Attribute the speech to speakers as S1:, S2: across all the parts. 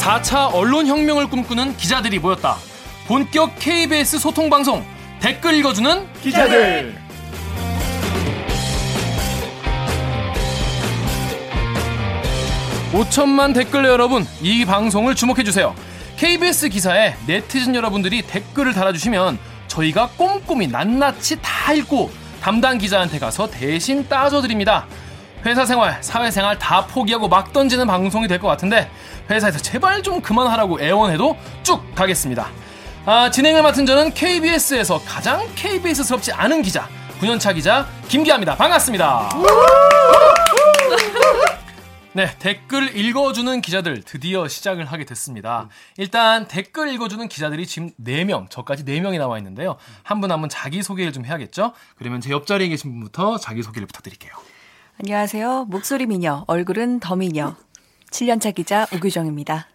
S1: 4차 언론혁명을 꿈꾸는 기자들이 모였다. 본격 KBS 소통방송 댓글 읽어주는
S2: 기자들.
S1: 오천만 댓글 여러분, 이 방송을 주목해주세요. KBS 기사에 네티즌 여러분들이 댓글을 달아주시면 저희가 꼼꼼히 낱낱이 다 읽고 담당 기자한테 가서 대신 따져드립니다. 회사 생활, 사회생활 다 포기하고 막 던지는 방송이 될 것 같은데 회사에서 제발 좀 그만하라고 애원해도 쭉 가겠습니다. 아, 진행을 맡은 저는 KBS에서 가장 KBS스럽지 않은 기자, 9년차 기자 김기아입니다. 반갑습니다. 네, 댓글 읽어주는 기자들 드디어 시작을 하게 됐습니다. 일단 댓글 읽어주는 기자들이 지금 4명, 저까지 4명이 나와 있는데요. 한 분 한 분 자기소개를 좀 해야겠죠? 그러면 제 옆자리에 계신 분부터 자기소개를 부탁드릴게요.
S3: 안녕하세요. 목소리 미녀, 얼굴은 더 미녀. 7년차 기자 우규정입니다.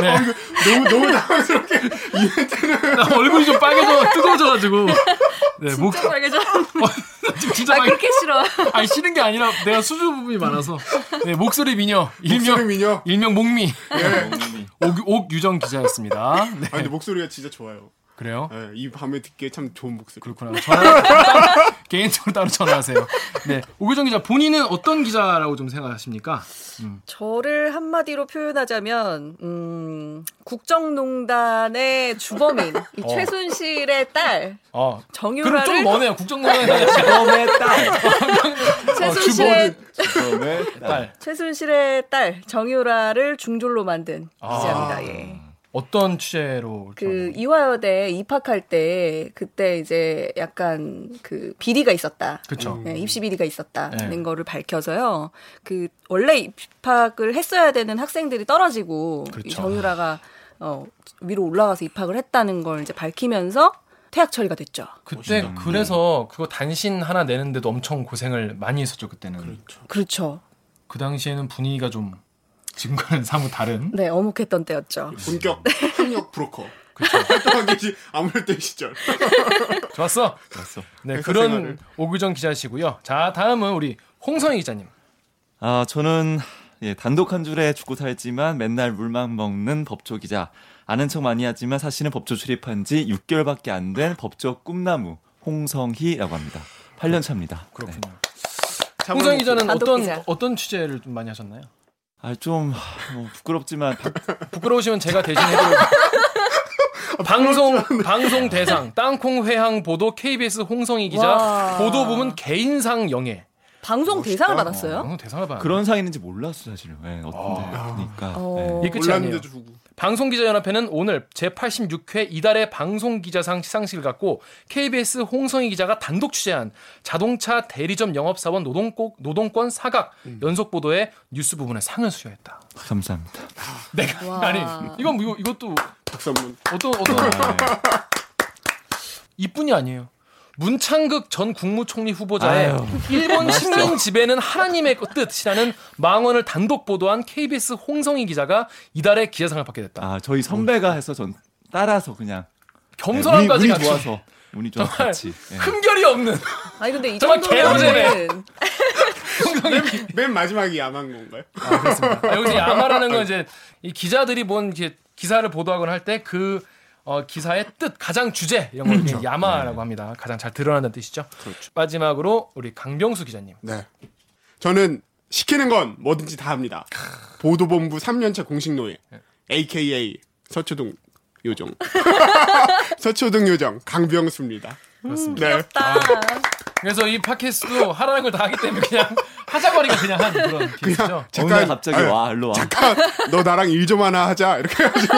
S1: 네.
S2: 어, 너무 너무 당황스럽.
S1: 나 얼굴이 좀 빨개져, 뜨거워져가지고. 네, 목, 어,
S3: 빨개져.
S1: 지금 진짜
S2: 아,
S1: 빨개.
S3: 싫어.
S1: 아니, 싫은 게 아니라 내가 수주 부분이 많아서. 네, 목소리 미녀,
S2: 목소리
S1: 일명,
S2: 미녀.
S1: 일명 목미,
S2: 예.
S1: 옥, 옥유정 기자였습니다. 네,
S2: 아 근데 목소리가 진짜 좋아요.
S1: 그래요.
S2: 예, 이 밤에 듣기에 참 좋은 목소리.
S1: 그렇구나. 전화 따로- 개인적으로 따로 전화하세요. 네, 오교정 기자 본인은 어떤 기자라고 좀 생각하십니까?
S4: 저를 한마디로 표현하자면 음, 국정농단의 주범인 이 최순실의 딸
S1: 어. 그럼 좀
S4: 정유라를
S1: 머네요. 어, 국정농단에
S5: 범의 딸.
S4: 최순실의
S2: 그
S5: 범의 딸.
S1: 딸
S4: 최순실의 딸 정유라를 중졸로 만든
S1: 아.
S4: 기자입니다. 예.
S1: 어떤 취재로 이렇게
S4: 그
S1: 하는 거예요?
S4: 이화여대 입학할 때 그때 이제 약간 그 비리가 있었다.
S1: 그쵸.
S4: 네, 입시 비리가 있었다는
S1: 네.
S4: 거를 밝혀서요. 그 원래 입학을 했어야 되는 학생들이 떨어지고
S1: 그렇죠.
S4: 이 정유라가 어, 위로 올라가서 입학을 했다는 걸 이제 밝히면서 퇴학 처리가 됐죠.
S1: 그때 그래서 그거 단신 하나 내는데도 엄청 고생을 많이 했었죠 그때는. 그
S4: 그렇죠.
S1: 당시에는 분위기가 좀 지금과는 사뭇 다른.
S4: 네, 어묵했던 때였죠.
S2: 본격 학력 브로커. 활동한 게 아무럴 때 시절.
S1: 좋았어. 좋았어. 네
S2: 회사
S1: 그런
S2: 생활을.
S1: 오규정 기자시고요. 자 다음은 우리 홍성희 기자님.
S5: 아 저는 예, 단독 한 줄에 죽고 살지만 맨날 물만 먹는 법조 기자. 아는 척 많이 하지만 사실은 법조 출입한 지 6개월밖에 안 된 법조 꿈나무 홍성희라고 합니다. 8년 차입니다.
S1: 그렇군요.
S5: 네.
S1: 홍성희 기자는
S4: 단독
S1: 어떤
S4: 기자.
S1: 어떤 취재를 좀 많이 하셨나요?
S5: 아, 좀 뭐, 부끄럽지만 박-
S1: 부끄러우시면 제가 대신 해드릴게요. 방송 방송 대상 땅콩 회항 보도 KBS 홍성희 기자
S4: 와.
S1: 보도 부문 개인상 영예
S4: 방송 대상을 받았어요?
S1: 방송 대상을 받아
S5: 그런 상인인지 몰랐어 사실은. 예, 어떤
S1: 아.
S5: 데니까. 네.
S4: 어.
S1: 이게 끝이 아니에요.
S2: 몰랐는데도 주고.
S1: 방송 기자 연합회는 오늘 제 86회 이달의 방송 기자상 시상식을 갖고 KBS 홍성희 기자가 단독 취재한 자동차 대리점 영업사원 노동권 노동권 사각 연속 보도의 뉴스 부문에 상을 수여했다.
S5: 감사합니다.
S1: 내가 아니 이건 뭐 이거- 이것도
S2: 박수 한번.
S1: 어떤 어떤 이뿐이 아니에요. 문창극 전 국무총리 후보자의
S5: 아유,
S1: 일본 식민 지배는 하나님의 뜻이라는 망언을 단독 보도한 KBS 홍성희 기자가 이달의 기자상을 받게 됐다.
S5: 아 저희 선배가 해서 전 따라서 그냥
S1: 겸손함까지
S5: 네, 운이,
S1: 갖춘
S5: 운이 좋아서 운이 좋아서
S1: 정말
S5: 같이. 예.
S1: 흠결이 없는
S4: 아니 근데 이
S1: 정말
S4: 정도면은
S2: 맨 마지막이 야망 건가요?
S1: 아, 그렇습니다. 아, 여기서 야마라는 건 이제 이 기자들이 본 이렇게 기사를 보도하거나 할 때 그 기사의 뜻, 가장 주제 이런 걸
S5: 그렇죠.
S1: 이제
S5: 네.
S1: 야마라고 합니다. 가장 잘 드러난다는 뜻이죠. 마지막으로 우리 강병수 기자님.
S2: 네. 저는 시키는 건 뭐든지 다 합니다. 보도본부 3년차 공식 노예. AKA 서초동 요정. 서초동 요정 강병수입니다.
S1: 음,
S2: 그렇습니다. 네.
S1: 그래서 이 팟캐스트도 하라는 걸 다 하기 때문에 그냥 하자거리가 그냥 한 그런 케이스죠.
S5: 어느 날 갑자기 와 일로 와.
S2: 아, 너 나랑 일 좀 하나 하자 이렇게 해가지고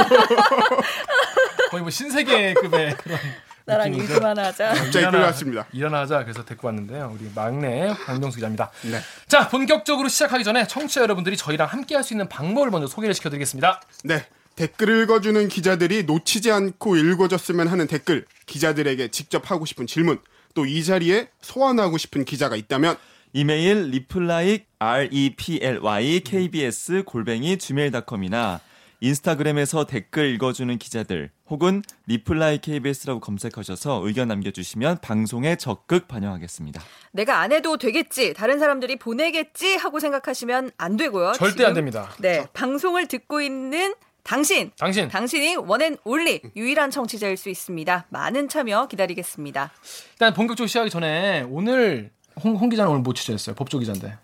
S1: 거의 뭐 신세계급의 그런
S4: 나랑
S1: 느낌이죠.
S4: 일좀 하자.
S2: 갑자기
S1: 일어나-
S2: 끌려왔습니다.
S1: 일어나자 그래서 데리고 왔는데요. 우리 막내 강병수 기자입니다.
S2: 네.
S1: 자 본격적으로 시작하기 전에 청취자 여러분들이 저희랑 함께할 수 있는 방법을 먼저 소개를 시켜드리겠습니다.
S2: 네. 댓글 읽어주는 기자들이 놓치지 않고 읽어줬으면 하는 댓글, 기자들에게 직접 하고 싶은 질문, 또 이 자리에 소환하고 싶은 기자가 있다면
S5: 이메일 리플라이 r e p l y k b s 골뱅이 gmail.com이나 인스타그램에서 댓글 읽어주는 기자들 혹은 리플라이 KBS라고 검색하셔서 의견 남겨주시면 방송에 적극 반영하겠습니다.
S4: 내가 안 해도 되겠지, 다른 사람들이 보내겠지 하고 생각하시면 안 되고요.
S1: 절대
S4: 어, 지금,
S1: 안 됩니다. 그렇죠.
S4: 네, 방송을 듣고 있는 당신,
S1: 당신
S4: 당신이 원앤 올리 유일한 청취자일 수 있습니다. 많은 참여 기다리겠습니다.
S1: 일단 본격적으로 시작하기 전에 오늘 홍, 홍 기자는 오늘 못 취재했어요. 법조 기자인데.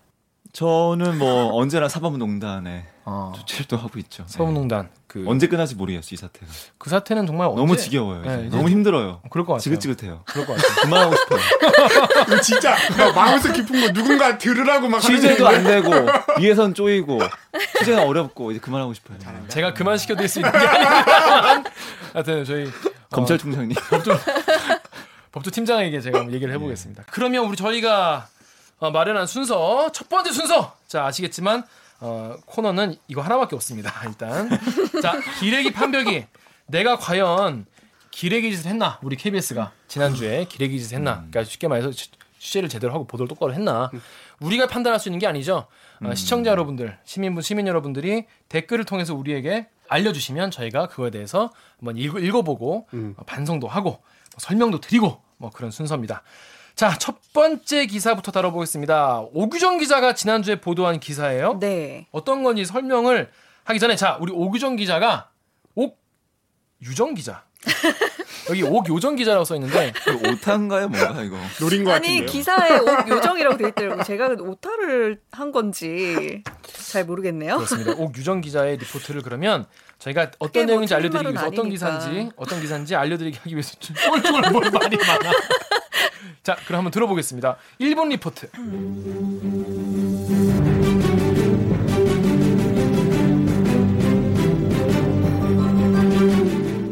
S5: 저는 뭐 언제나 사법농단에
S1: 어.
S5: 출동하고 있죠. 네.
S1: 서울농단 그,
S5: 언제 끝날지 모르겠어요 이 사태가.
S1: 그 사태는 정말 언제
S5: 너무 지겨워요.
S1: 네,
S5: 이제.
S1: 이제
S5: 너무 힘들어요.
S1: 그럴 것 같아요.
S5: 지긋지긋해요.
S1: 그럴 것 같아요.
S5: 그만하고 싶어요.
S2: 이거 진짜 막 마음속 깊은 거 누군가 들으라고 막 하는
S5: 취재도
S2: 얘기인데.
S5: 안 되고 위에선 쪼이고 취재는 어렵고 이제 그만하고 싶어요.
S1: 제가 그만 시켜드릴 수 있는 게 아니지만 하여튼 저희 어,
S5: 검찰총장님.
S1: 법조 법조 팀장에게 제가 한번 얘기를 해보겠습니다. 예. 그러면 우리 저희가 어, 마련한 순서 첫 번째 순서 자 아시겠지만 어, 코너는 이거 하나밖에 없습니다. 일단 자 기레기 판별기 내가 과연 기레기 짓을 했나 우리 KBS가 지난주에 기레기 짓을 했나 그러니까 쉽게 말해서 취- 취재를 제대로 하고 보도를 똑바로 했나 우리가 판단할 수 있는 게 아니죠 어, 시청자 여러분들 시민분 시민 여러분들이 댓글을 통해서 우리에게 알려주시면 저희가 그거에 대해서 한번 읽, 읽어보고 어, 반성도 하고 뭐 설명도 드리고 뭐 그런 순서입니다. 자, 첫 번째 기사부터 다뤄보겠습니다. 오규정 기자가 지난주에 보도한 기사예요.
S4: 네.
S1: 어떤 건지 설명을 하기 전에 자, 우리 오규정 기자가 옥유정 기자. 여기 옥요정 기자라고 써 있는데
S5: 그 오타인가요 뭔가 이거.
S2: 노린 거
S4: 아니
S2: 같은데요.
S4: 기사에 옷 요정이라고 돼 있더라고. 제가 오타를 한 건지 잘 모르겠네요.
S1: 그렇습니다. 옥유정 기자의 리포트를 그러면 저희가
S4: 어. 그게
S1: 어떤
S4: 뭐
S1: 내용인지
S4: 틀린
S1: 알려드리기
S4: 말은
S1: 위해서 어떤
S4: 아니니까.
S1: 기사인지 어떤 기사인지 알려드리기 하기 위해서 좀 쫄쫄 뭘 말이 많아. 자, 그럼 한번 들어보겠습니다. 일본 리포트.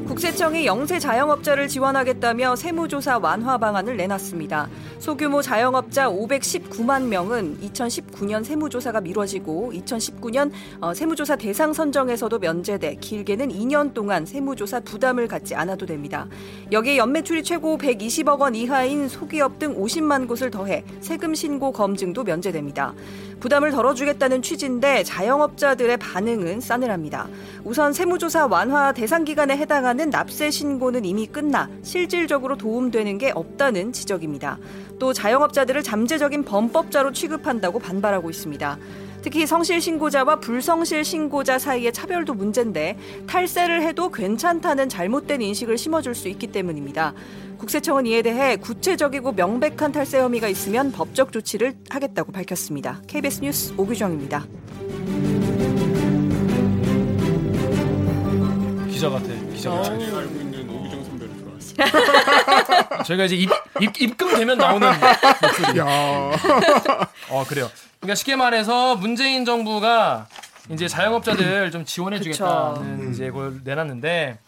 S4: 국세청이 영세 자영업자를 지원하겠다며 세무조사 완화 방안을 내놨습니다. 소규모 자영업자 519만 명은 2019년 세무조사가 미뤄지고 2019년 어, 세무조사 대상 선정에서도 면제돼 길게는 2년 동안 세무조사 부담을 갖지 않아도 됩니다. 여기에 연매출이 최고 120억 원 이하인 소기업 등 50만 곳을 더해 세금 신고 검증도 면제됩니다. 부담을 덜어주겠다는 취지인데 자영업자들의 반응은 싸늘합니다. 우선 세무조사 완화 대상 기간에 해당하는 납세 신고는 이미 끝나 실질적으로 도움되는 게 없다는 지적입니다. 또 자영업자들을 잠재적인 범법자로 취급한다고 반발하고 있습니다. 특히 성실 신고자와 불성실 신고자 사이의 차별도 문제인데 탈세를 해도 괜찮다는 잘못된 인식을 심어줄 수 있기 때문입니다. 국세청은 이에 대해 구체적이고 명백한 탈세 혐의가 있으면 법적 조치를 하겠다고 밝혔습니다. KBS 뉴스 오규정입니다.
S1: 기자 같아. 기자 같아.
S2: 제가 어. 알고 있는 오기정 선배를 좋아했어요.
S4: 어.
S1: 저희가 이제 입, 입, 입금되면 나오는
S2: 야.
S1: 어 그래요. 그러니까 쉽게 말해서 문재인 정부가 이제 자영업자들 좀 지원해주겠다는
S4: 음.
S1: 이제 그걸 내놨는데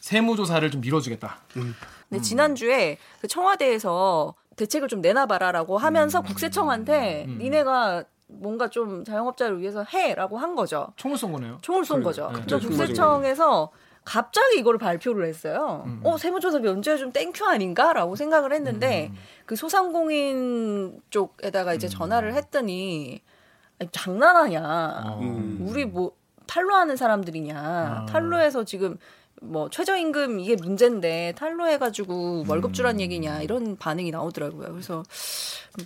S1: 세무조사를 좀 밀어주겠다. 음.
S4: 근데 지난주에 그 청와대에서 대책을 좀 내놔봐라라고 하면서
S1: 음.
S4: 국세청한테 니네가 뭔가 좀 자영업자를 위해서 해라고 한 거죠.
S1: 총을 쏜 거네요.
S4: 총을 쏜 거죠.
S1: 갑자기
S4: 또
S2: 총을
S4: 국세청에서 갑자기 이걸 발표를 했어요.
S1: 음.
S4: 어, 세무조사 면제 좀 땡큐 아닌가라고 생각을 했는데
S1: 음.
S4: 그 소상공인 쪽에다가 이제 전화를 했더니 아니, 장난하냐.
S1: 어.
S2: 음.
S4: 우리 뭐 탈로하는 사람들이냐 탈로해서 지금 뭐 최저임금 이게 문제인데 탈로해가지고 월급 주란 얘기냐 이런 반응이 나오더라고요. 그래서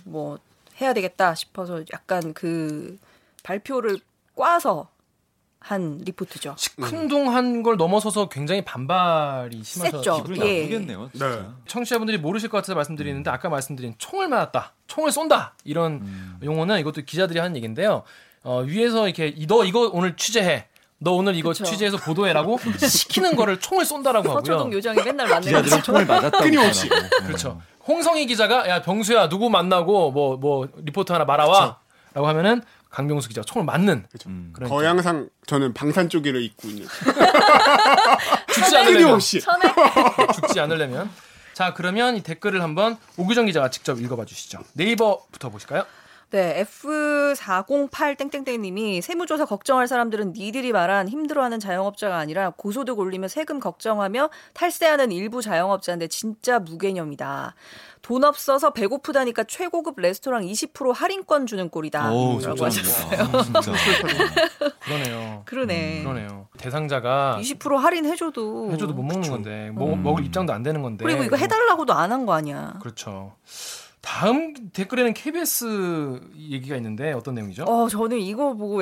S4: 뭐 해야 되겠다 싶어서 약간 그 발표를 꽈서 한 리포트죠.
S1: 시큰둥한 걸 넘어서서 굉장히 반발이 심하셔.
S4: 셌죠.
S5: 기분이
S4: 예.
S5: 나쁘겠네요. 진짜.
S2: 네.
S1: 청취자분들이 모르실 것 같아서 말씀드리는데 아까 말씀드린 총을 맞았다, 총을 쏜다 이런 용어는 이것도 기자들이 하는 얘기인데요. 어, 위에서 이렇게 이- 너 이거 오늘 취재해, 너 오늘 이거
S4: 그쵸.
S1: 취재해서 보도해라고 시키는 거를 총을 쏜다라고 하고요.
S4: 서초동 요정이 맨날 만나는
S5: 기자들은 총을 맞았다고.
S2: 끊임없이.
S5: 하더라고요. 네.
S1: 그렇죠. 홍성희 기자가 야 병수야 누구 만나고 뭐 뭐 리포트 하나 말아와라고 하면은 강병수 기자 가 총을 맞는
S5: 음.
S1: 그런
S2: 거양상 저는 방산 쪽에를 입고 있는
S1: 죽지 않으려면
S2: 끊임없이
S4: 천에
S1: 죽지 않으려면 자 그러면 이 댓글을 한번 오규정 기자가 직접 읽어봐 주시죠. 네이버부터 보실까요?
S4: 네, F408 땡땡땡님이 세무조사 걱정할 사람들은 니들이 말한 힘들어하는 자영업자가 아니라 고소득 올리며 세금 걱정하며 탈세하는 일부 자영업자인데 진짜 무개념이다. 돈 없어서 배고프다니까 최고급 레스토랑 20% 할인권 주는 꼴이다.
S5: 어우,
S4: 라고
S5: 좋지
S4: 하셨어요.
S5: 않네요. 아, 진짜.
S1: 그러네요.
S4: 그러네.
S1: 음, 그러네요. 대상자가
S4: 20% 할인 해줘도
S1: 해줘도 못 먹는 건데 먹,
S5: 음.
S1: 먹을 입장도 안 되는 건데.
S4: 음, 그리고 이거 해달라고도 안 한 거 아니야.
S1: 그렇죠. 다음 댓글에는 KBS 얘기가 있는데 어떤 내용이죠?
S4: 어 저는 이거 보고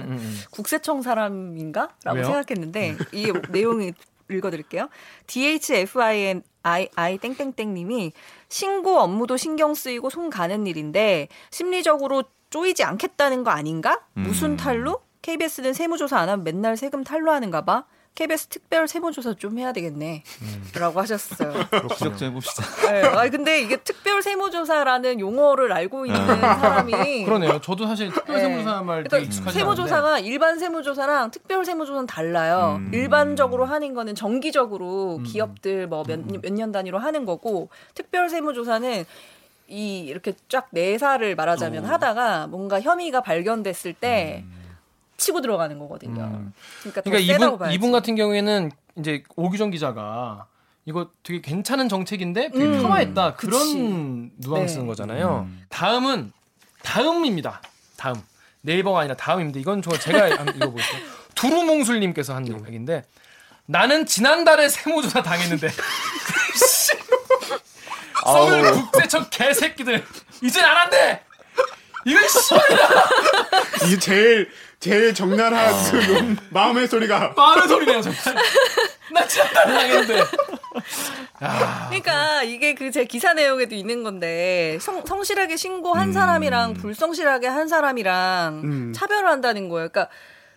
S1: 음, 음, 음.
S4: 국세청 사람인가라고
S1: 왜요? 네.
S4: 생각했는데 이 내용이 읽어드릴게요. DHFIN I, I 땡땡땡님이 신고 업무도 신경 쓰이고 손 가는 일인데 심리적으로 쪼이지 않겠다는 거 아닌가? 무슨
S5: 음.
S4: 탈루? KBS는 세무조사 안 하면 맨날 세금 탈루하는가 봐. KBS 특별 세무조사 좀 해야 되겠네.
S1: 음.
S4: 라고 하셨어요.
S5: 추적 좀 해봅시다.
S4: 네, 아 근데 이게 특별 세무조사라는 용어를 알고 있는 사람이
S1: 아. 음. 그러네요. 저도 사실 특별
S4: 네.
S1: 세무조사 말 되게
S4: 그러니까
S1: 익숙하지 않은데.
S4: 세무조사가 일반 세무조사랑 특별 세무조사는 달라요.
S5: 음.
S4: 일반적으로 하는 거는 정기적으로
S1: 음.
S4: 기업들 뭐 몇 년 단위로 하는 거고 특별 세무조사는 이 이렇게 쫙 내사를 말하자면 하다가 뭔가 혐의가 발견됐을 때 치고 들어가는 거거든요.
S1: 음.
S4: 그러니까 더
S1: 그러니까
S4: 세다고
S1: 이분
S4: 봐야지.
S1: 이분 같은 경우에는 이제 오규정 기자가 이거 되게 괜찮은 정책인데 되게
S4: 음.
S1: 평화했다
S4: 그치.
S1: 그런 누앙스인
S4: 네.
S1: 거잖아요. 다음은 다음입니다. 다음 네이버가 아니라 다음인데 이건 저 제가 한번 읽어볼게요. 두루몽술님께서 한 얘기인데 나는 지난달에 세무조사 당했는데 썩을
S5: 아우.
S1: 국세청 개새끼들 이젠 안 한대. 이건 씨발이다.
S2: 이게 제일 제일 적나라한 그 마음의 소리가
S1: 빠른 소리네요 정말. 나 지난달에 당했는데. 야.
S4: 그러니까 이게 그 제 기사 내용에도 있는 건데 성, 성실하게 신고한 사람이랑 불성실하게 한 사람이랑
S2: 음.
S4: 차별을 한다는 거예요. 그러니까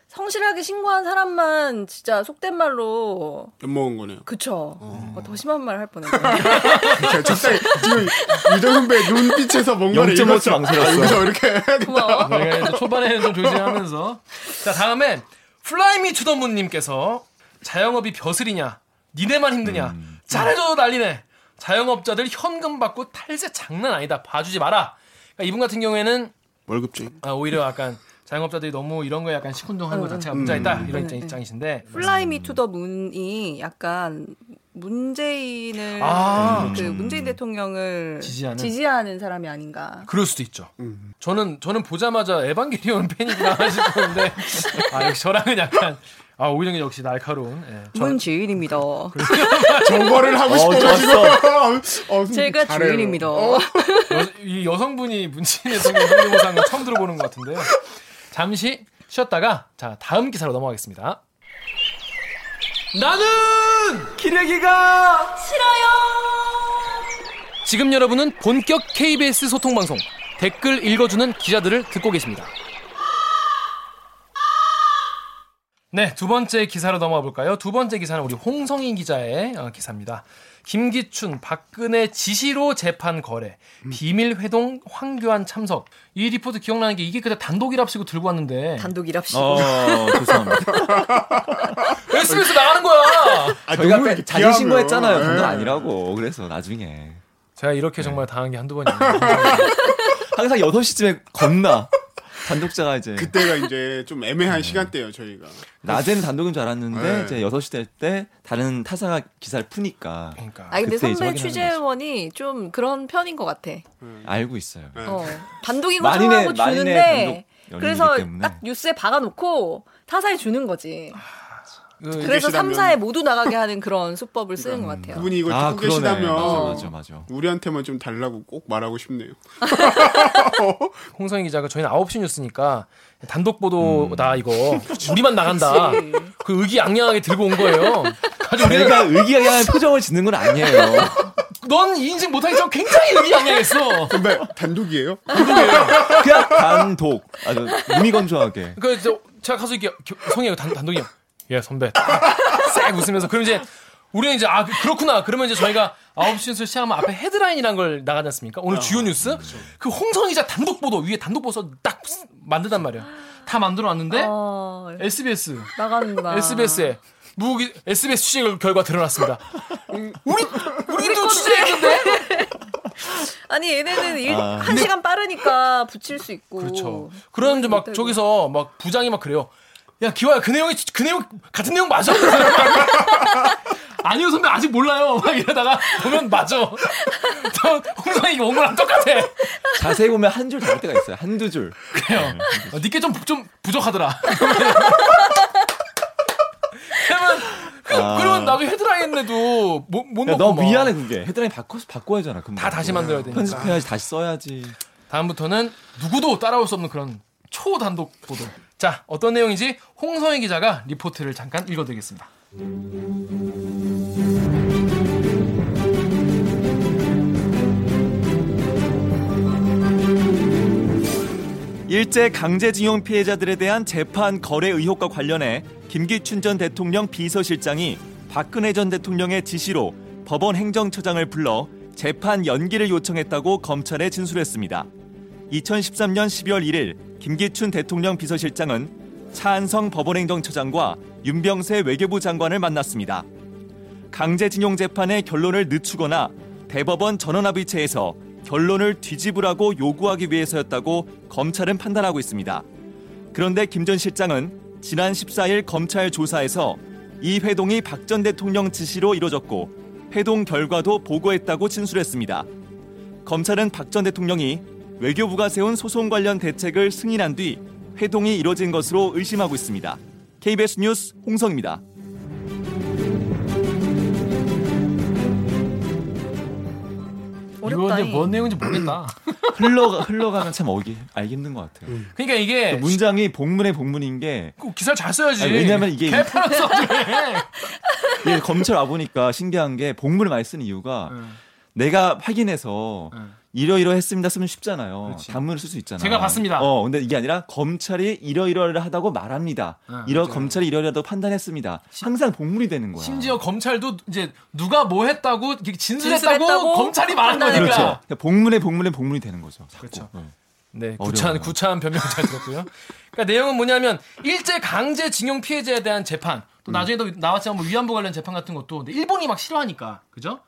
S4: 성실하게 신고한 사람만 진짜 속된 말로
S2: 엿먹은 거네요.
S4: 그쵸. 어, 더 심한 말 할 뻔했네.
S2: 제가 그러니까 적당히 지금 유정 선배 눈빛에서 뭔가를
S5: 0.5
S2: 읽었어.
S5: 망설였어요.
S2: 여기서 이렇게
S4: 고마워.
S1: 저희가 이제 초반에는 좀 조심하면서 자 다음에 플라이미 투더문님께서 자영업이 벼슬이냐 니네만 힘드냐 잘해줘도 난리네 자영업자들 현금 받고 탈세 장난 아니다 봐주지 마라 그러니까 이분 같은 경우에는
S2: 월급 중
S1: 아, 오히려 약간 자영업자들이 너무 이런 거에 약간 시큰둥하는 것 자체가
S2: 음.
S1: 문제가 있다 이런
S4: 음.
S1: 입장, 입장이신데
S4: 플라이미 투 더 문이 약간 문재인을
S1: 아.
S4: 그 문재인 대통령을
S1: 지지하는?
S4: 사람이 아닌가.
S1: 그럴 수도 있죠 저는 저는 보자마자 에반게리온 팬이구나 하시는데 아 역시 저랑은 약간 아 오히려 역시 날카로운 예. 저-
S4: 문재인입니다.
S2: 저거를 하고 싶어가지고 어,
S4: 제가
S2: 잘해요. 어.
S4: 주인입니다.
S1: 여, 이 여성분이 문신의 성대모사는 처음 들어보는 것 같은데요. 잠시 쉬었다가 자 다음 기사로 넘어가겠습니다. 나는 기레기가 싫어요. 지금 여러분은 본격 KBS 소통 방송 댓글 읽어주는 기자들을 듣고 계십니다. 네, 두 번째 기사로 넘어가 볼까요? 두 번째 기사는 우리 홍성인 기자의 어, 기사입니다. 김기춘, 박근혜 지시로 재판 거래, 비밀 회동 황교안 참석. 이 리포트 기억나는 게 이게 그때 단독이랍시고 들고 왔는데
S4: 단독 일합시고.
S5: 어, 죄송합니다.
S1: SBS 나가는 거야.
S2: 아,
S5: 저희가
S2: 너무 이렇게
S5: 자진
S2: 비하면.
S5: 신고했잖아요. 단독
S2: 예.
S5: 아니라고. 그래서 나중에
S1: 제가 이렇게 정말 당한 게 한두 번이에요.
S5: 항상 8 시쯤에 겁나 단독자가 이제
S2: 그때가 이제 좀 애매한
S5: 네.
S2: 시간대예요 저희가.
S5: 낮에는 단독인 줄 알았는데
S2: 네.
S5: 이제 6시 될 때 다른 타사가 기사를 푸니까
S1: 그러니까.
S4: 아 근데
S5: 그때 이제
S4: 선배
S5: 확인하는
S4: 취재원이 좀 그런 편인 것 같아.
S1: 네.
S5: 알고 있어요.
S2: 네.
S4: 어 단독이고
S5: 만인의-
S4: 청하고
S5: 만인의
S4: 주는데
S5: 단독
S4: 그래서
S5: 연인이기 때문에.
S4: 딱 뉴스에 박아놓고 타사에 주는 거지.
S1: 아, 그,
S4: 그래서
S2: 계시다면.
S4: 3사에 모두 나가게 하는 그런 수법을 쓰는 것 같아요.
S2: 그분이 이걸
S5: 아,
S2: 듣고
S5: 그러네.
S2: 계시다면
S5: 맞아, 맞아, 맞아.
S2: 우리한테만 좀 달라고 꼭 말하고 싶네요.
S1: 홍성희 기자가 저희는 9시 뉴스니까 단독 보도다
S5: 음.
S1: 이거 우리만 나간다. 그 의기양양하게 들고 온 거예요. 가지고 우리는
S5: 내가 의기양양한 표정을 짓는 건 아니에요.
S1: 넌 인식 못하기 전 굉장히 의기양양했어.
S2: 근데 단독이에요?
S5: 그냥 단독. 아주 무미건조하게.
S1: 그, 저, 제가 가서 이렇게, 겨- 성희야, 단, 단독이요. 예, 선배. 싹 웃으면서. 그럼 이제, 우리는 이제, 아, 그- 그렇구나. 그러면 이제 저희가 9시 뉴스 시작하면 앞에 헤드라인이란 걸 나가지 않습니까?
S5: 아,
S1: 오늘 주요 뉴스?
S5: 그렇죠.
S1: 그 홍성희 기자 단독 보도, 위에 단독 보도 딱 만들단 말이야. 다 만들어 놨는데,
S4: 어,
S1: SBS.
S5: 아.
S4: 나간다.
S1: SBS에. 무기 SBS 취재 결- 결과 드러났습니다. 음, 우리 우리도 취재했는데
S4: 아니 얘네는 일, 한 시간 빠르니까 붙일 수 있고.
S1: 그렇죠. 그런 이제 막
S5: 네.
S4: 못하고.
S1: 저기서 막 부장이 막 그래요. 야 기화야 그 내용이 그 내용 같은 내용 맞아? 아니요 선배 아직 몰라요. 막 이러다가 보면 맞아. 저 홍성이 온 거랑 똑같아.
S5: 네, 자세히 보면 한 줄 다를 때가 있어요. 한두 줄.
S1: 그래요. 어, 니께 좀, 좀 부족하더라. 헤드라인에도 못, 못
S5: 아.
S1: 넣고.
S5: 야, 그러니까 너
S1: 막.
S5: 미안해 그게 네. 헤드라인 바꿔 바꿔야잖아. 금방.
S1: 다 다시 만들어야 되니까.
S5: 편집해야지 다시 써야지.
S1: 다음부터는 누구도 따라올 수 없는 그런 초단독 보도. 자, 어떤 내용인지 홍성희 기자가 리포트를 잠깐 읽어드리겠습니다.
S5: 일제 강제징용 피해자들에 대한 재판 거래 의혹과 관련해 김기춘 전 대통령 비서실장이 박근혜 전 대통령의 지시로 법원 행정처장을 불러 재판 연기를 요청했다고 검찰에 진술했습니다. 2013년 12월 1일 김기춘 대통령 비서실장은 차한성 법원행정처장과 윤병세 외교부 장관을 만났습니다. 강제징용 재판의 결론을 늦추거나 대법원 전원합의체에서 결론을 뒤집으라고 요구하기 위해서였다고 검찰은 판단하고 있습니다. 그런데 김 전 실장은 지난 14일 검찰 조사에서 이 회동이 박 전 대통령 지시로 이뤄졌고 회동 결과도 보고했다고 진술했습니다. 검찰은 박 전 대통령이 외교부가 세운 소송 관련 대책을 승인한 뒤 회동이 이뤄진 것으로 의심하고 있습니다. KBS 뉴스 홍성입니다.
S1: 이거
S4: 어렵다잉.
S1: 이제 뭔 내용인지 모르겠다.
S5: 흘러 흘러가면 참 어기 알기 힘든 것 같아요.
S1: 그러니까 이게
S5: 그 문장이 복문의 복문인 게
S1: 그 기사를 잘 써야지.
S5: 아니, 왜냐면 이게-
S1: 개판에서
S5: 이게 검찰 와 보니까 신기한 게 복문을 많이 쓰는 이유가
S1: 음.
S5: 내가 확인해서 이러이러했습니다 쓰면 쉽잖아요. 단문을 쓸 수 있잖아요.
S1: 제가 봤습니다.
S5: 어, 근데 이게 아니라 검찰이 이러이러하다고 말합니다.
S1: 음,
S5: 이러 검찰이 이러이러하다고 판단했습니다. 항상 복문이 되는 거야.
S1: 심지어 검찰도 이제 누가 뭐 했다고 이렇게 진술했다고,
S4: 진술했다고
S1: 검찰이 말한 거니까.
S5: 그렇죠. 그러니까 복문의 복문의 복문이 되는 거죠. 자꾸.
S1: 그렇죠.
S5: 어.
S1: 네,
S5: 어려워요.
S1: 구차한 구차한 변명 잘 들었고요. 그러니까 내용은 뭐냐면 일제 강제 징용 피해자에 대한 재판.
S5: 음.
S1: 또 나중에 또 나왔지만 뭐 위안부 관련 재판 같은 것도 근데 일본이 막 싫어하니까 그죠?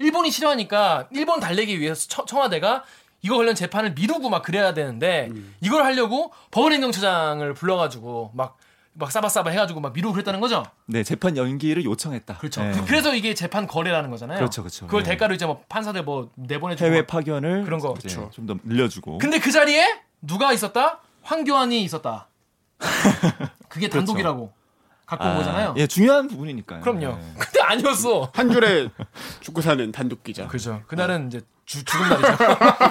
S1: 일본이 싫어하니까 일본 달래기 위해서 처- 청와대가 이거 관련 재판을 미루고 막 그래야 되는데
S5: 음.
S1: 이걸 하려고 법원행정처장을 불러가지고 막 막 싸바싸바 해가지고 막 미루고 그랬다는 거죠.
S5: 네, 재판 연기를 요청했다.
S1: 그렇죠.
S5: 네.
S1: 그- 그래서 이게 재판 거래라는 거잖아요.
S5: 그렇죠, 그렇죠.
S1: 그걸
S5: 네.
S1: 대가로 이제 뭐 판사들 뭐 내보내주고
S5: 해외
S1: 막-
S5: 파견을
S1: 그런 거. 그렇죠.
S5: 좀 더 늘려주고.
S1: 근데 그 자리에 누가 있었다? 황교안이 있었다. 그게 단독이라고 갖고 온
S5: 그렇죠. 아,
S1: 거잖아요.
S5: 예, 중요한 부분이니까요.
S1: 그럼요.
S5: 네.
S1: 근데 아니었어.
S2: 한 줄에 죽고 사는 단독 기자.
S1: 그죠. 그날은 이제 주, 죽은 날이죠.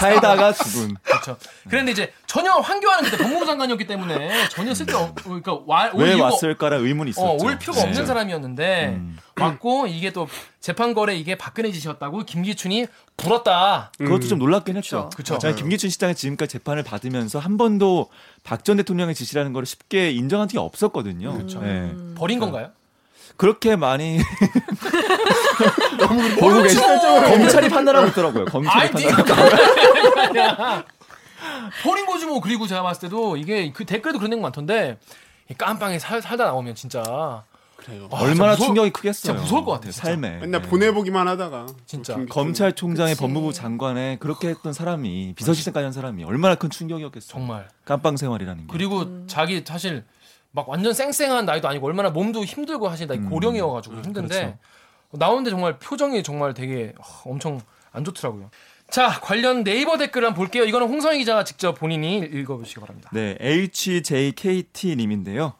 S5: 살다가 죽은.
S1: 그렇죠. 그런데 이제 전혀 황교안은 그때 법무부 장관이었기 때문에 전혀 쓸데없, 그러니까 와, 올
S5: 왜
S1: 이유가
S5: 왔을까라 의문이 있었죠. 음.
S1: 어, 올 필요가 없는
S5: 네.
S1: 사람이었는데 왔고 이게 또 재판 거래 이게 박근혜 짓이었다고 김기춘이 불었다.
S5: 그것도
S2: 음.
S5: 좀 놀랍긴 했죠.
S1: 그쵸.
S5: 자, 김기춘 시장이 지금까지 재판을 받으면서 한 번도 박 전 대통령의 지시라는 걸 쉽게 인정한 적이 없었거든요. 그렇죠.
S1: 버린 건가요?
S5: 그렇게 많이
S2: 너무
S5: 보고 계시 검찰이 판단하고 있더라고요. 검찰이
S1: 아이
S5: 판단.
S1: 니가 아니야. 버린 거지 뭐 그리고 제가 봤을 때도 이게 그 댓글도 그런 내용 많던데 이 깜빵에 살, 살다 나오면 진짜
S2: 그래요.
S1: 와,
S5: 얼마나
S1: 진짜 무서-
S5: 충격이 크겠어요.
S1: 진짜 무서울 것 같아요, 진짜.
S5: 삶에.
S2: 맨날
S5: 어, 네.
S2: 보내보기만 하다가 뭐
S1: 진짜.
S2: 김기춘.
S5: 검찰총장의 법무부 장관에 그렇게 했던 사람이 비서실장까지 한 사람이 얼마나 큰 충격이었겠어요.
S1: 정말
S5: 깜빵 생활이라는 게.
S1: 그리고 자기 사실 막 완전 쌩쌩한 나이도 아니고 얼마나 몸도 힘들고 하신 나이 고령이어가지고 힘든데
S5: 음. 그렇죠.
S1: 나오는데 정말 표정이 정말 되게 어, 엄청 안 좋더라고요. 자 관련 네이버 댓글 한번 볼게요. 이거는 홍성희 기자가 직접 본인이 읽어보시기 바랍니다.
S5: 네, HJKT님인데요.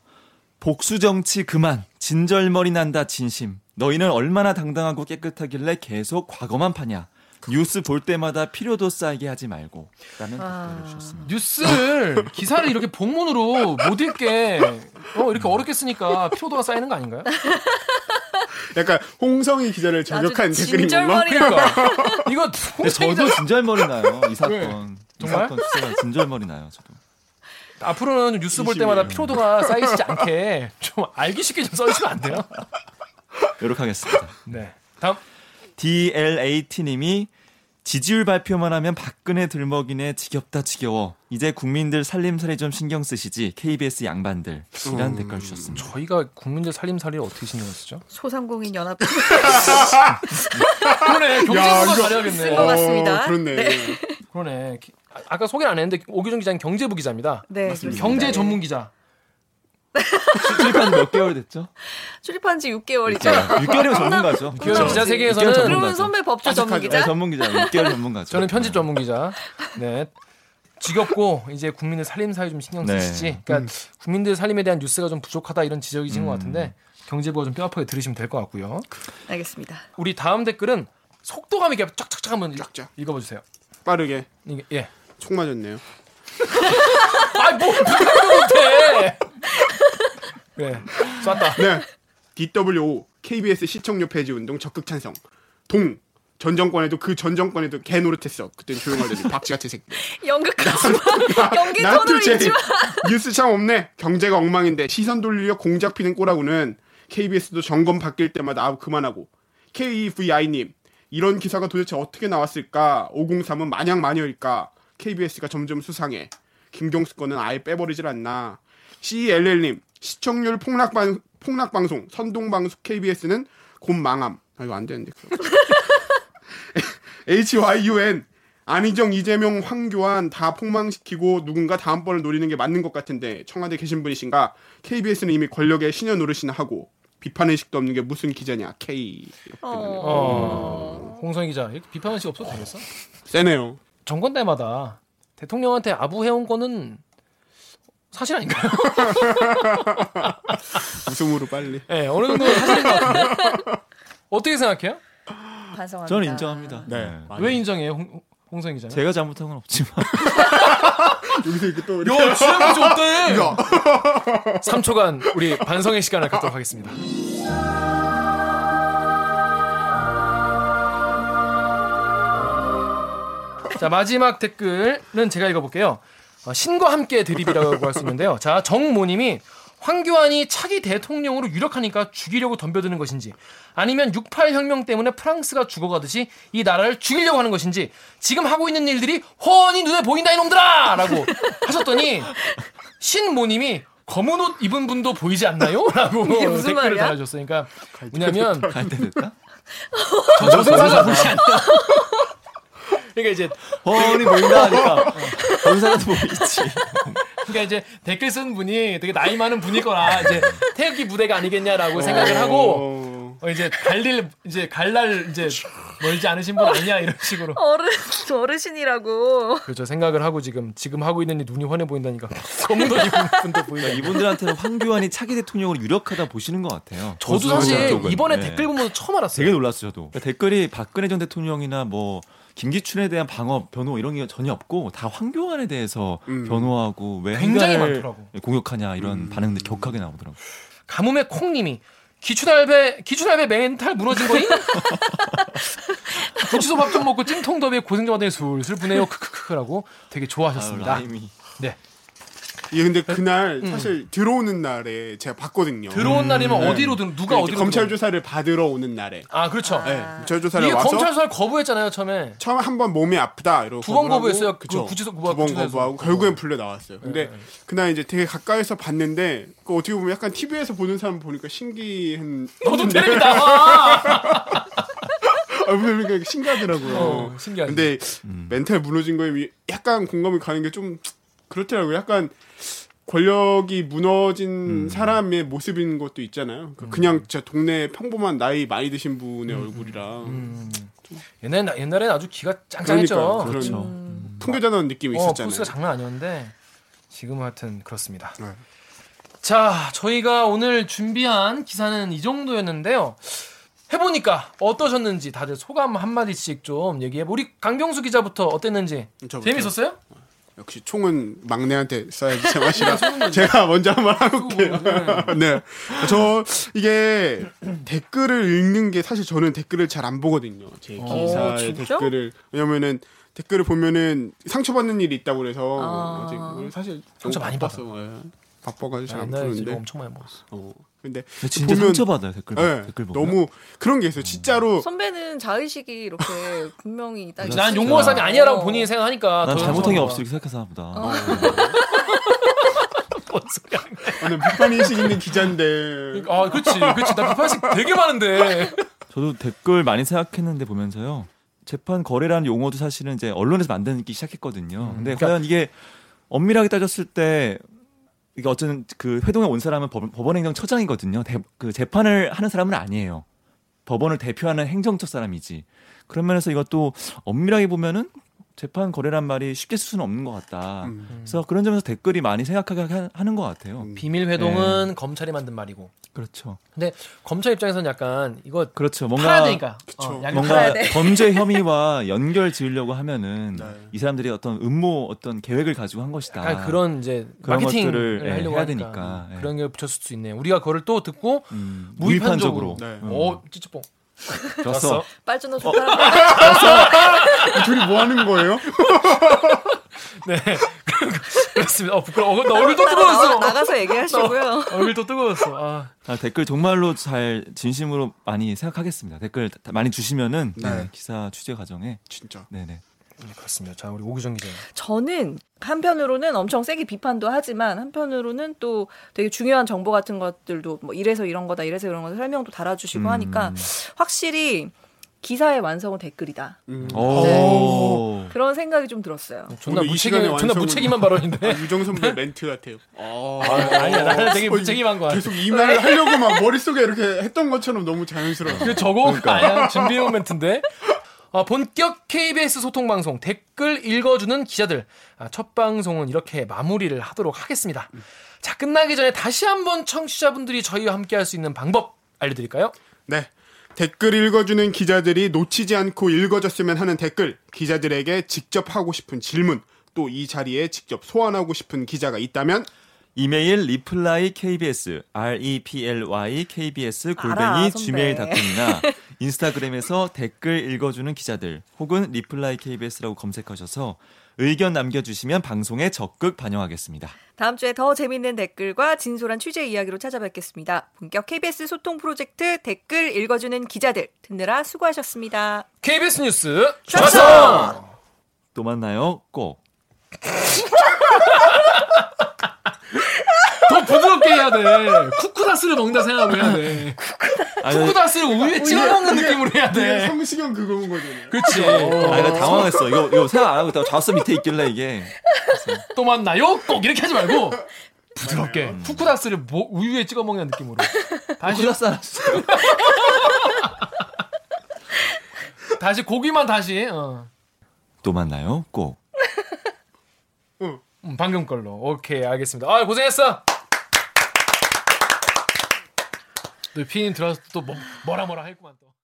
S5: 복수 정치 그만, 진절머리 난다 진심. 너희는 얼마나 당당하고 깨끗하길래 계속 과거만 파냐. 뉴스 볼 때마다 필요도 쌓이게 하지 말고. 라는
S1: 아.
S5: 댓글을
S1: 어,
S5: 주셨습니다.
S1: 뉴스를 기사를 이렇게 본문으로 못 읽게 어, 이렇게 어렵게 쓰니까 피로도가 쌓이는 거 아닌가요?
S2: 약간 홍성희 기자를 저격한
S4: 아주
S2: 댓글인 건가?
S1: 그러니까 이거
S5: 근데
S1: 홍성희자
S5: 저도 진절머리 나요, 이 사건. 이
S1: 네. 정말?
S5: 사건 진짜 진절머리 나요, 저도.
S1: 앞으로는 뉴스 볼 때마다 피로도가 쌓이시지 않게 좀 알기 쉽게 좀 써주시면 안 돼요?
S5: 요렇게 하겠습니다.
S1: 네. 다음
S5: DLAT님이 지지율 발표만 하면 박근혜 들먹이네 지겹다 지겨워. 이제 국민들 살림살이 좀 신경 쓰시지. KBS 양반들. 이라는 댓글 주셨습니다.
S1: 저희가 국민들 살림살이를 어떻게 신경 쓰죠?
S4: 소상공인 연합
S1: 그러네
S2: 야,
S1: 경제부가
S2: 이거-
S4: 쓴 것
S1: 잘해야겠네.
S4: 같아. 같습니다.
S2: 어, 그렇네.
S1: 그러네. 기- 아- 아까 소개를 안 했는데 오기정 기자는 경제부 기자입니다.
S4: 네,
S1: 경제 전문 기자.
S5: 출판 몇 개월 됐죠?
S4: 출판 지 6개월이죠. 아,
S5: 6개월이면 전문가죠. 그렇죠.
S1: 기자 기자 세계에서는
S5: 육개월 전문.
S4: 그러면 선배 법조 전문
S5: 네,
S4: 기자?
S5: 전문기자. 6개월 전문가죠.
S1: 저는 편집 전문 기자. 네. 지겹고 이제 국민의 살림사회 좀 신경
S5: 네.
S1: 쓰시지. 그러니까 국민들 살림에 대한 뉴스가 좀 부족하다 이런 지적이신 것 같은데 경제부가 좀 뼈아프게 들으시면 될 것 같고요.
S4: 알겠습니다.
S1: 우리 다음 댓글은 속도감 있게 쫙쫙쫙 한번 읽-
S2: 쫙쫙.
S1: 읽어봐 주세요.
S2: 빠르게
S1: 이게 예.
S2: 총 맞았네요.
S1: 아이 뭐 부끄러워 못해. 그래 쐈다.
S2: 네. DWO KBS 시청료 폐지 운동 적극 찬성. 동. 전 정권에도 그 전 정권에도 개 노릇했어. 그땐 조용하더니 박쥐같이 새끼.
S4: 연극 가수만 연기
S2: 나도
S4: 톤으로
S2: 제
S4: 잊지 마.
S2: 뉴스 참 없네. 경제가 엉망인데 시선 돌리려 공작 피는 꼬라고는 KBS도 정권 바뀔 때마다 아우 그만하고. KEVI님 이런 기사가 도대체 어떻게 나왔을까? 503은 마냥 마녀일까? KBS가 점점 수상해. 김경수 거는 아예 빼버리질 않나. CLL님 시청률 폭락방 폭락방송 선동방송 KBS는 곧 망함. 아 이거 안 되는데. 그거. HYUN 안희정, 이재명, 황교안 다 폭망시키고 누군가 다음번을 노리는 게 맞는 것 같은데 청와대 계신 분이신가? KBS는 이미 권력의 신여 노릇이나 하고 비판 의식도 없는 게 무슨 기자냐? K.
S4: 어.
S1: 어. 홍성 기자 이렇게 비판할 수 없어도 되겠어?
S2: 세네요.
S1: 정권 때마다 대통령한테 아부해온 거는 사실 아닌가요?
S2: 웃음으로 빨리.
S1: 예, 어느 정도 사실인 것 같은데. 어떻게 생각해요?
S4: 반성합니다.
S5: 저는 인정합니다. 네.
S1: 왜 인정해요, 홍, 홍성 기자?
S5: 제가 잘못한 건 없지만
S2: 여기서 이렇게 또 이렇게
S1: 야, 지난번에 어때? 3초간 우리 반성의 시간을 갖도록 하겠습니다. 자, 마지막 댓글은 제가 읽어볼게요. 어, 신과 함께 드립이라고 할 수 있는데요. 자, 정모님이 황교안이 차기 대통령으로 유력하니까 죽이려고 덤벼드는 것인지 아니면 68혁명 때문에 프랑스가 죽어가듯이 이 나라를 죽이려고 하는 것인지 지금 하고 있는 일들이 훤히 눈에 보인다 이놈들아! 라고 하셨더니 신모님이 검은 옷 입은 분도 보이지 않나요? 라고
S4: 이게 무슨
S1: 댓글을
S4: 말이야?
S1: 달아줬어요. 그러니까 왜냐면
S5: 갈 때 됐다.
S1: 저승사가 보이지 않나 그러니까 이제
S5: 허니 보인다 하니까 검사도 뭐 보이지.
S1: 그러니까 이제 댓글 쓴 분이 되게 나이 많은 분일 거라 이제 태극기 부대가 아니겠냐라고 생각을 하고
S2: 어,
S1: 어, 이제 갈릴 이제 갈날 이제 멀지 않으신 분 아니야 이런 식으로
S4: 어른 어르신이라고.
S1: 그렇죠 생각을 하고 지금 지금 하고 있는 이 눈이 훤해 보인다니까 검은 옷 입은 분도 보이다.
S5: 이분들한테는 황교안이 차기 대통령으로 유력하다 보시는 것 같아요.
S1: 저도
S5: 보수적인
S1: 사실
S5: 쪽은.
S1: 이번에
S5: 네.
S1: 댓글 보면서 처음 알았어요.
S5: 되게 놀랐어요, 저도. 그러니까 댓글이 박근혜 전 대통령이나 뭐 김기춘에 대한 방어, 변호 이런 게 전혀 없고 다 황교안에 대해서
S2: 음.
S5: 변호하고 왜
S1: 굉장히
S5: 황교안을
S1: 많더라고.
S5: 공격하냐 이런 반응들 격하게 나오더라고. 요
S1: 가뭄의 콩님이 기추달배 기추달배 멘탈 무너진 거임? 고치소 밥 좀 먹고 찜통 더위에 고생 좀 하더니 술술 부네요 크크크라고 되게 좋아하셨습니다.
S5: 라임이.
S1: 네
S2: 예, 근데 그날 사실 들어오는 날에 제가 봤거든요.
S1: 들어온 날이면 어디로 들 누가
S2: 음, 네. 이제
S1: 어디로
S2: 검찰
S1: 들어온-
S2: 조사를 받으러 오는 날에.
S1: 아 그렇죠.
S2: 네, 검찰 조사를
S1: 이게
S2: 와서
S1: 검찰 수사를 거부했잖아요 처음에.
S2: 처음 한 번 몸이 아프다 이러고
S1: 두번
S2: 거부하고,
S1: 거부했어요. 그
S2: 그쵸.
S1: 구치소
S2: 두
S1: 거부하고 네,
S2: 번
S1: 구치소에서.
S2: 거부하고 결국엔 불려 나왔어요. 근데 그날 이제 되게 가까이서 봤는데 그 어떻게 보면 약간 TV에서 보는 사람 보니까 신기한
S1: 너도 텔레비 나와.
S2: 아, 보니까 신기하더라고요.
S1: 어, 신기하지.
S2: 네. 근데
S5: 음.
S2: 멘탈 무너진 거에 미- 약간 공감이 가는 게 좀 그렇더라고요. 약간 권력이
S5: 음.
S2: 무너진 사람의 모습인 것도 있잖아요. 그러니까 그냥 진짜 동네 평범한 나이 많이 드신
S1: 음.
S2: 분의 얼굴이라
S1: 옛날 옛날에는 아주 기가 짱짱했죠.
S2: 그런
S5: 그렇죠.
S2: 풍겨자는 느낌이
S1: 어,
S2: 있었잖아요.
S1: 포스가 장난 아니었는데 지금 하여튼 그렇습니다.
S2: 네.
S1: 자, 저희가 오늘 준비한 기사는 이 정도였는데요. 해보니까 어떠셨는지 다들 소감 한 마디씩 좀 얘기해. 보- 우리 강병수 기자부터 어땠는지
S2: 저부터요?
S1: 재밌었어요?
S2: 역시 총은 막내한테 써야지 제맛이라 제가 먼저 한번 해볼게요. 그 네. 저, 이게 댓글을 읽는 게 사실 저는 댓글을 잘 안 보거든요. 제 기사의
S4: 진짜?
S2: 댓글을. 왜냐면은 댓글을 보면은 상처받는 일이 있다고 그래서
S4: 아.
S2: 어제 그걸 사실
S1: 상처
S2: 너무
S1: 많이
S2: 바빴어. 예. 바빠가지고 잘 안
S1: 옛날에 지금
S2: 보는데.
S1: 엄청 많이 먹었어.
S2: 어. 근데
S5: 근데 진짜
S2: 보면-
S5: 상처받아요 댓글.
S2: 예,
S5: 댓글 보면.
S2: 너무 그런 게 있어요. 진짜로
S4: 선배는 자의식이 이렇게 분명히 있다. 어,
S1: 난 욕먹은 사람이 아니야라고 본인이 생각하니까
S5: 어. 난
S1: 더
S5: 잘못한 게
S1: 상처가-
S5: 없어 이렇게 생각해서 보다.
S1: 뭔 소리야.
S2: 저는 어, 비판의식 있는 기자인데
S1: 아, 그렇지, 그렇지. 나 비판식 되게 많은데.
S5: 저도 댓글 많이 생각했는데 보면서요. 재판 거래라는 용어도 사실은 이제 언론에서 만드기 시작했거든요.
S1: 음.
S5: 근데
S1: 그러니까
S5: 과연 이게 엄밀하게 따졌을 때 이게 어쨌든 그 회동에 온 사람은 법, 원 행정처장이거든요. 대- 그 재판을 하는 사람은 아니에요. 법원을 대표하는 행정처 사람이지. 그런 면에서 이것도 엄밀하게 보면은 재판 거래란 말이 쉽게 쓸 수는 없는 것 같다.
S1: 음.
S5: 그래서 그런 점에서 댓글이 많이 생각하게 하- 하는 것 같아요.
S1: 비밀 회동은 검찰이 만든 말이고.
S5: 그렇죠.
S1: 근데 검찰 입장에서는 약간 이거
S5: 그렇죠.
S1: 팔아야
S5: 뭔가
S1: 되니까. 어,
S2: 그쵸.
S1: 약간 팔아야
S5: 뭔가
S1: 돼.
S5: 범죄 혐의와 연결 지으려고 하면은
S2: 네.
S5: 이 사람들이 어떤 음모 어떤 계획을 가지고 한 것이다.
S1: 약간 그런 이제
S5: 그런
S1: 마케팅을
S5: 것들을, 예,
S1: 하려고
S5: 해야
S1: 하니까
S5: 되니까, 예.
S1: 그런 게 붙였을 수 있네. 우리가 그걸 또 듣고
S5: 음,
S1: 무비판적으로.
S2: 네.
S5: 무비판적으로. 음,
S1: 어 찌찌뽕.
S5: 졌어.
S4: 빨주노
S1: 아,
S4: 좋다.
S2: 둘이 뭐 하는 거예요?
S1: 네. 그렇습니다. 어 부끄러워. 어, 나 얼굴 또 뜨거웠어. 어.
S4: 나가서 얘기하시고요.
S1: 얼굴 또 뜨거웠어. 아.
S5: 아, 댓글 정말로 잘 진심으로 많이 생각하겠습니다. 댓글 다- 많이 주시면은
S2: 네.
S5: 네, 기사 취재 과정에
S2: 진짜.
S5: 네네.
S1: 그렇습니다. 자, 우리 오기정 기자.
S4: 저는 한편으로는 엄청 세게 비판도 하지만 한편으로는 또 되게 중요한 정보 같은 것들도 뭐 이래서 이런 거다 이래서 이런 거다 설명도 달아주시고
S5: 음.
S4: 하니까 확실히 기사의 완성은 댓글이다.
S2: 음.
S1: 네.
S5: 오.
S4: 그런 생각이 좀 들었어요.
S1: 존나
S2: 오늘 이 시간에
S1: 무책임, 존나
S2: 완성을-
S1: 무책임한 발언인데.
S2: 아, 유정 선배 멘트 같아요. 아,
S1: 네. 아니야, 네. 나는 되게
S2: 어, 이-
S1: 무책임한 거야.
S2: 계속 이 말을 하려고 막 머릿속에 이렇게 했던 것처럼 너무 자연스러워.
S1: 그 저거 아니야 준비해온 멘트인데. 아, 본격 KBS 소통 방송 댓글 읽어주는 기자들 아, 첫 방송은 이렇게 마무리를 하도록 하겠습니다. 자 끝나기 전에 다시 한번 청취자분들이 저희와 함께할 수 있는 방법 알려드릴까요?
S2: 네. 댓글 읽어주는 기자들이 놓치지 않고 읽어줬으면 하는 댓글, 기자들에게 직접 하고 싶은 질문, 또 이 자리에 직접 소환하고 싶은 기자가 있다면
S5: 이메일 리플라이 KBS R E P L Y KBS
S4: 알아, 선배.
S5: 골뱅이 gmail.com이나 인스타그램에서 댓글 읽어주는 기자들 혹은 리플라이 KBS라고 검색하셔서 의견 남겨주시면 방송에 적극 반영하겠습니다.
S4: 다음 주에 더 재밌는 댓글과 진솔한 취재 이야기로 찾아뵙겠습니다. 본격 KBS 소통 프로젝트 댓글 읽어주는 기자들 듣느라 수고하셨습니다.
S1: KBS 뉴스
S4: 좋았어!
S5: 또 만나요. 꼭.
S1: 더 부드럽게 해야 돼. 쿠쿠다스를 먹는다 생각하고 해야 돼.
S5: 아,
S1: 쿠쿠다스를 우유에 찍어 먹는 느낌으로 해야
S2: 이게
S1: 돼.
S2: 네.
S1: 예.
S2: 성시경 그거인 거잖아요.
S1: 그렇지.
S5: 아, 나 당황했어. 이거, 이거 생각 안 하고 있다가 좌수 밑에 있길래 이게.
S1: 또 만나요? 꼭 이렇게 하지 말고 부드럽게 쿠쿠다스를 뭐- 우유에 찍어 먹는 느낌으로. 다시
S5: 쿠쿠다스 하나 주세요.
S1: 다시 고기만 다시 어.
S5: 또 만나요. 꼭.
S1: 음, 방금 걸로 오케이 알겠습니다 아 고생했어 너 피디님 들어와서 또 뭐, 뭐라 뭐라 했구만 또